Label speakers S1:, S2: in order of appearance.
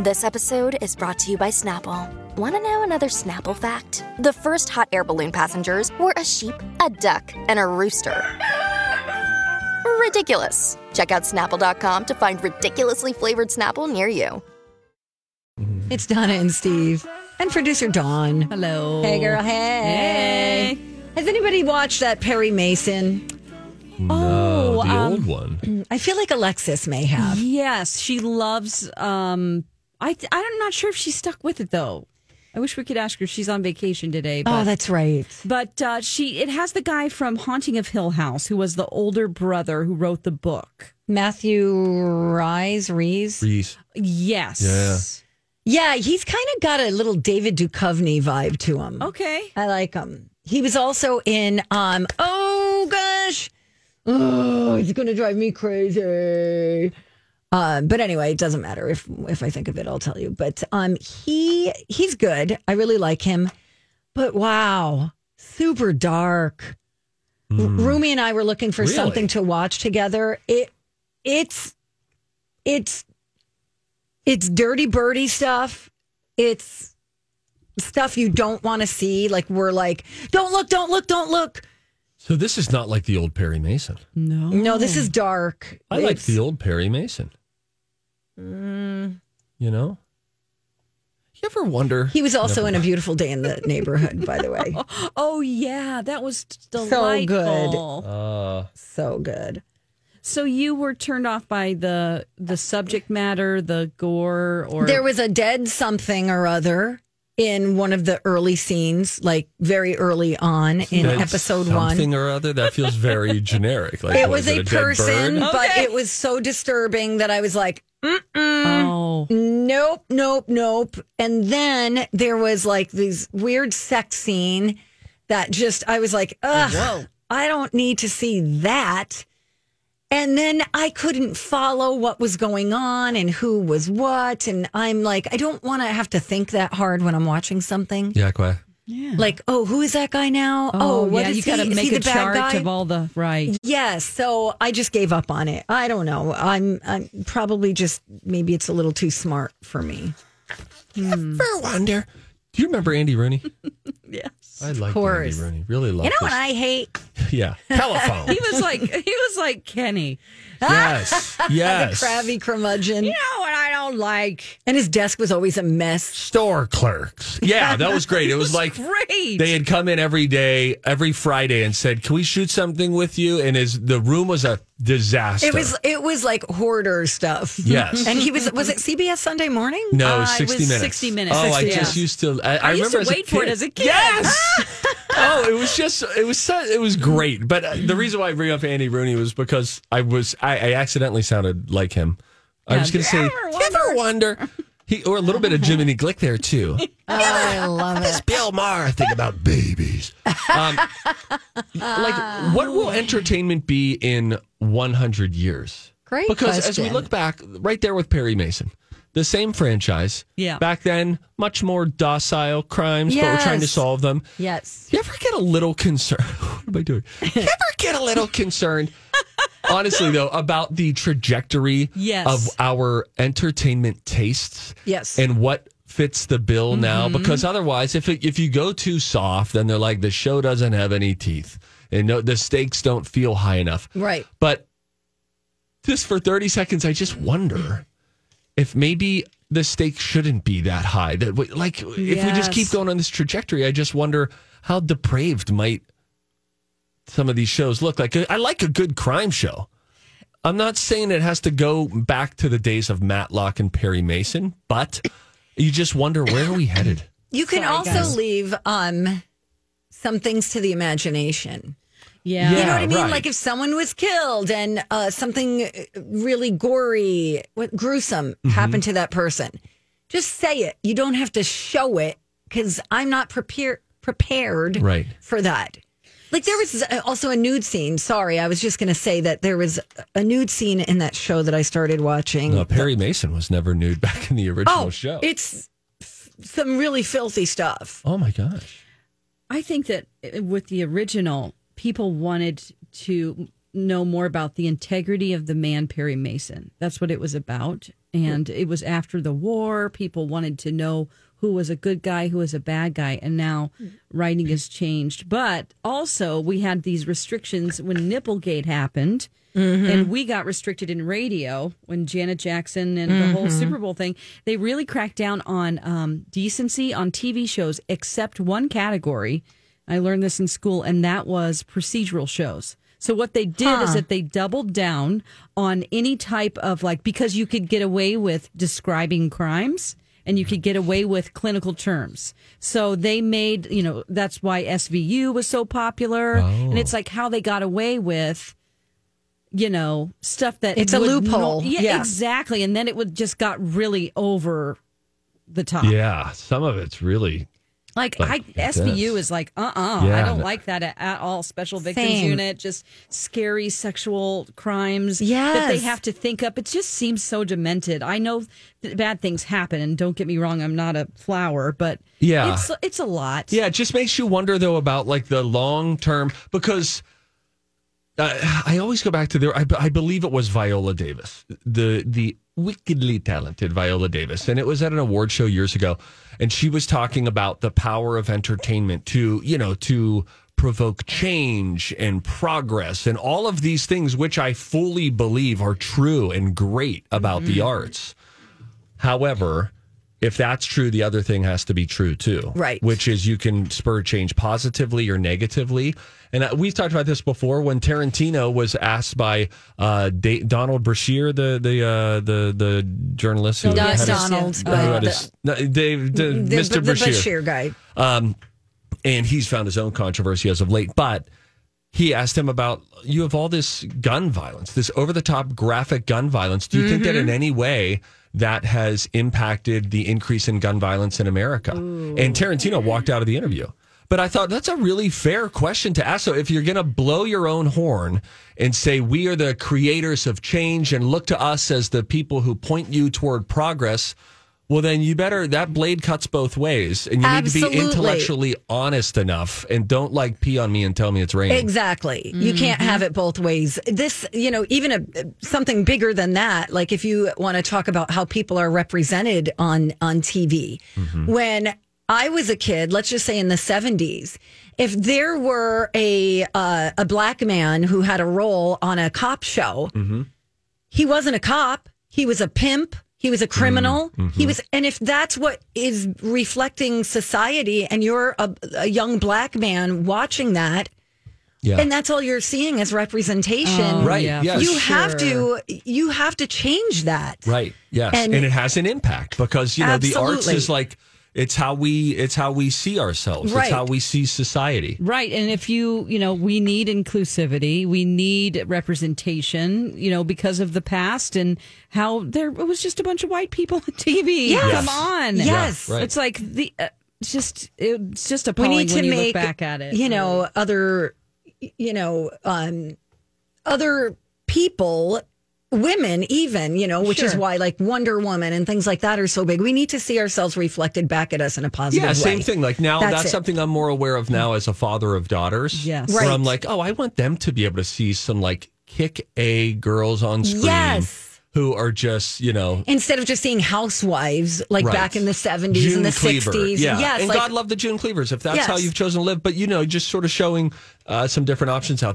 S1: This episode is brought to you by Snapple. Want to know another Snapple fact? The first hot air balloon passengers were a sheep, a duck, and a rooster. Ridiculous. Check out snapple.com to find ridiculously flavored Snapple near you.
S2: It's Donna and Steve and producer Dawn.
S3: Hello.
S2: Hey, girl. Hey. Has anybody watched that Perry Mason?
S4: No,
S3: Oh,
S4: Uh, the
S3: um,
S4: old one.
S2: I feel like Alexis may have.
S3: Yes, she loves. Um, I th- I'm not sure if she's stuck with it though. I wish we could ask her. She's on vacation today. But,
S2: Oh, that's right.
S3: but uh, she it has the guy from Haunting of Hill House who was the older brother who wrote the book.
S2: Matthew Rise Rees.
S4: Reese.
S3: Yes.
S2: Yeah, he's kind of got a little David Duchovny vibe to him.
S3: Okay.
S2: I like him. He was also in um oh gosh. Oh, it's gonna drive me crazy. Uh, but anyway, it doesn't matter if if I think of it, I'll tell you. But um he he's good. I really like him. But wow, super dark. R- Rumi and I were looking for
S4: Hmm. Really?
S2: something to watch together. It it's it's it's dirty birdie stuff. It's stuff you don't want to see. Like we're like, don't look, don't look, don't look.
S4: So this is not like the old Perry Mason.
S3: No.
S2: No, this is dark.
S4: Hmm. I like
S2: It's- Mm.
S4: the old Perry Mason. You know? You ever wonder?
S2: He was also in a beautiful day in the neighborhood, by the way.
S3: Oh yeah, that was d-
S2: good.
S3: delightful. So,
S4: Uh,
S2: So good.
S3: you were turned off by the the subject matter, the gore, or
S2: There was a dead something or other in one of the early scenes, like very early on in
S4: that's
S2: episode
S4: something
S2: one.
S4: or other that feels very generic. Like
S2: It
S4: what,
S2: was
S4: is
S2: a
S4: dead
S2: person,
S4: bird?
S2: but
S3: Okay.
S2: it was so disturbing that I was like,
S3: oh
S2: Nope, nope, nope. And then there was like these weird sex scene that just I was like,
S3: Oh,
S2: ugh, I don't need to see that. And then I couldn't follow what was going on and who was what. And I'm like, I don't want to have to think that hard when I'm watching something.
S4: Yeah, quite.
S2: Like, oh, who is that guy now?
S3: oh,
S2: what
S3: yeah,
S2: is
S3: you got
S2: he?
S3: to
S2: Is
S3: make
S2: he
S3: a
S2: the bad
S3: chart
S2: guy?
S3: of all the right.
S2: Yes, so I just gave up on it. I don't know. I'm I'm probably just maybe it's a little too smart for me.
S4: Ever wonder? Do you remember Andy Rooney?
S3: Yes.
S4: I like Andy
S2: course.
S4: Rooney. Really like
S2: You know what I hate?
S4: yeah. Telephone.
S3: He was like he was like Kenny.
S4: yes. Yes.
S2: Crabby curmudgeon.
S3: You know what I don't like?
S2: And his desk was always a mess.
S4: Store clerks. Yeah, that was great. It was like
S3: Great.
S4: They had come in every day, every Friday, and said, "Can we shoot something with you?" And his the room was a disaster.
S2: It was it was like hoarder stuff.
S4: Yes.
S2: And he was was it CBS Sunday morning?
S4: no, it was
S3: Uh, it
S4: sixty
S3: was
S4: minutes.
S3: 60 minutes.
S4: Oh,
S3: 60,
S4: I just
S3: yeah.
S4: used to. I, I,
S3: used
S4: remember
S3: to
S4: as a
S3: wait for it
S4: kid.
S3: as a kid.
S4: Yes. oh, it was just. It was. so- It was great. But uh, the reason why I bring up Andy Rooney was because I was. I, I accidentally sounded like him. I was going to say,
S3: ever wonder?"
S4: "Ever wonder?" He or a little bit of Jiminy Glick there too.
S2: oh, I love it.
S4: Bill Maher thing about babies. Um, like, what will entertainment be in 100 years?
S2: Great
S4: Because as we
S2: question.
S4: look back, right there with Perry Mason, the same franchise.
S3: Yeah.
S4: Back then, much more docile crimes, but we're trying to
S2: Yes.
S4: solve them.
S2: Yes.
S4: You ever get a little concerned? what am I doing? You ever get a little concerned? Honestly, though, about the trajectory
S3: Yes.
S4: of our entertainment tastes,
S2: Yes.
S4: and what fits the bill now. Because otherwise, if it, if you go too soft, then they're like the show doesn't have any teeth, and no, the stakes don't feel high enough.
S2: Right.
S4: But just for thirty seconds, I just wonder if maybe the stakes shouldn't be that high. That we, like if we just keep
S3: Yes.
S4: going on this trajectory, I just wonder how depraved might some of these shows look like. I like a good crime show. I'm not saying it has to go back to the days of Matlock and Perry Mason, but you just wonder where are we headed?
S2: You can also leave um some things to the imagination.
S3: Yeah.
S2: You know what I mean?
S4: right.
S2: Like if someone was killed and uh, something really gory, what, gruesome
S4: Mm-hmm.
S2: happened to that person, just say it. You don't have to show it because I'm not prepared prepared
S4: Right.
S2: for that. Like there was uh, also a nude scene. Sorry, I was just going to say that there was a nude scene in that show that I started watching.
S4: No, Perry Mason was never nude back in the original
S2: oh,
S4: show.
S2: it's f- some really filthy stuff.
S4: oh my gosh.
S3: I think that uh, with the original, people wanted to know more about the integrity of the man Perry Mason. That's what it was about. And it was after the war. People wanted to know who was a good guy, who was a bad guy. And now writing has changed. But also, we had these restrictions when Nipplegate happened. And we got restricted in radio when Janet Jackson and the whole Super Bowl thing. They really cracked down on um, decency on TV shows, except one category. I learned this in school, and that was procedural shows. So what they did is that they doubled down on any type of like because you could get away with describing crimes and you could get away with clinical terms. So they made, you know, that's why SVU was so popular and it's like how they got away with you know, stuff that
S2: It's a
S3: would nor-
S2: loophole.
S3: yeah,
S2: Yeah.
S3: exactly. And then it would just got really over the top.
S4: Yeah, some of it's really
S3: Like,
S4: Like
S3: I SBU
S4: this.
S3: is like, uh uh I
S4: Yeah.
S3: don't like that at, at all. Special victims
S2: Same.
S3: unit, just scary sexual crimes that they
S2: Yes.
S3: have to think up. It just seems so demented. I know th- bad things happen, and don't get me wrong, I'm not a flower, but
S4: Yeah.
S3: it's, it's a lot.
S4: Yeah, it just makes you wonder though about like the long term because uh, I always go back to there. I, b- I believe it was Viola Davis, the the wickedly talented Viola Davis, and it was at an award show years ago, and she was talking about the power of entertainment to you know to provoke change and progress and all of these things which I fully believe are true and great about the arts. However, if that's true, the other thing has to be true too.
S2: Right.
S4: Which is you can spur change positively or negatively. And uh, we've talked about this before when Tarantino was asked by uh, da- Donald Brashear, the the uh, the the journalist who
S2: Not
S4: had his-
S2: Donald,
S4: who had
S2: but
S3: uh,
S4: his- no, Dave- the-
S2: The,
S4: Mr.
S2: the
S4: Brashear Um,
S2: Bashir guy.
S4: and he's found his own controversy as of late. But he asked him about you have all this gun violence, this over the top graphic gun violence. Do you think that in any way that has impacted the increase in gun violence in America? And Tarantino walked out of the interview. But I thought that's a really fair question to ask. So if you're going to blow your own horn and say we are the creators of change and look to us as the people who point you toward progress, well then you better that blade cuts both ways and you need to be
S2: Absolutely.
S4: intellectually honest enough and don't like pee on me and tell me it's raining.
S2: Exactly. You can't have it both ways. This, you know, even a something bigger than that. Like if you want to talk about how people are represented on on TV, when I was a kid, let's just say in the seventies, if there were a uh, a black man who had a role on a cop show, he wasn't a cop. He was a pimp. He was a criminal. He was, and if that's what is reflecting society, and you're a, a young black man watching that,
S4: yeah. Oh,
S2: and that's all you're seeing is representation.
S4: right. Yeah.
S3: yeah,
S2: You
S4: sure.
S2: have to you have to change that.
S4: Right. Yes. And,
S2: And-
S4: it has an impact because you know the arts
S2: Absolutely.
S4: is like it's how we it's how we see ourselves. It's
S2: Right.
S4: how we see society.
S3: Right. And if you, you know, we need inclusivity, we need representation, you know, because of the past and how there it was just a bunch of white people on TV.
S2: Yes.
S3: Come on.
S2: Yes.
S4: Yeah, right.
S3: It's like the, uh, it's just, it's just
S2: We
S3: appalling
S2: need to
S3: when you
S2: make
S3: look back at it.
S2: You know, other you know, um other people women even you know which is
S3: Sure.
S2: why like wonder woman and things like that are so big we need to see ourselves reflected back at us in a positive
S4: Yeah,
S2: way
S4: same thing. Like now, that's,
S2: That's it.
S4: something I'm more aware of now as a father of daughters.
S3: Yes.
S4: where
S2: Right.
S4: I'm like, oh, I want them to be able to see some like kick a girls on screen
S2: Yes.
S4: who are just you know
S2: instead of just seeing housewives like
S4: Right.
S2: back in the 70s
S4: June
S2: and the
S4: Cleaver.
S2: 60s
S4: Yeah.
S2: yes
S4: and
S2: like
S4: God love the June Cleavers if that's
S2: Yes.
S4: how you've chosen to live. But you know, just sort of showing uh, some different options out there.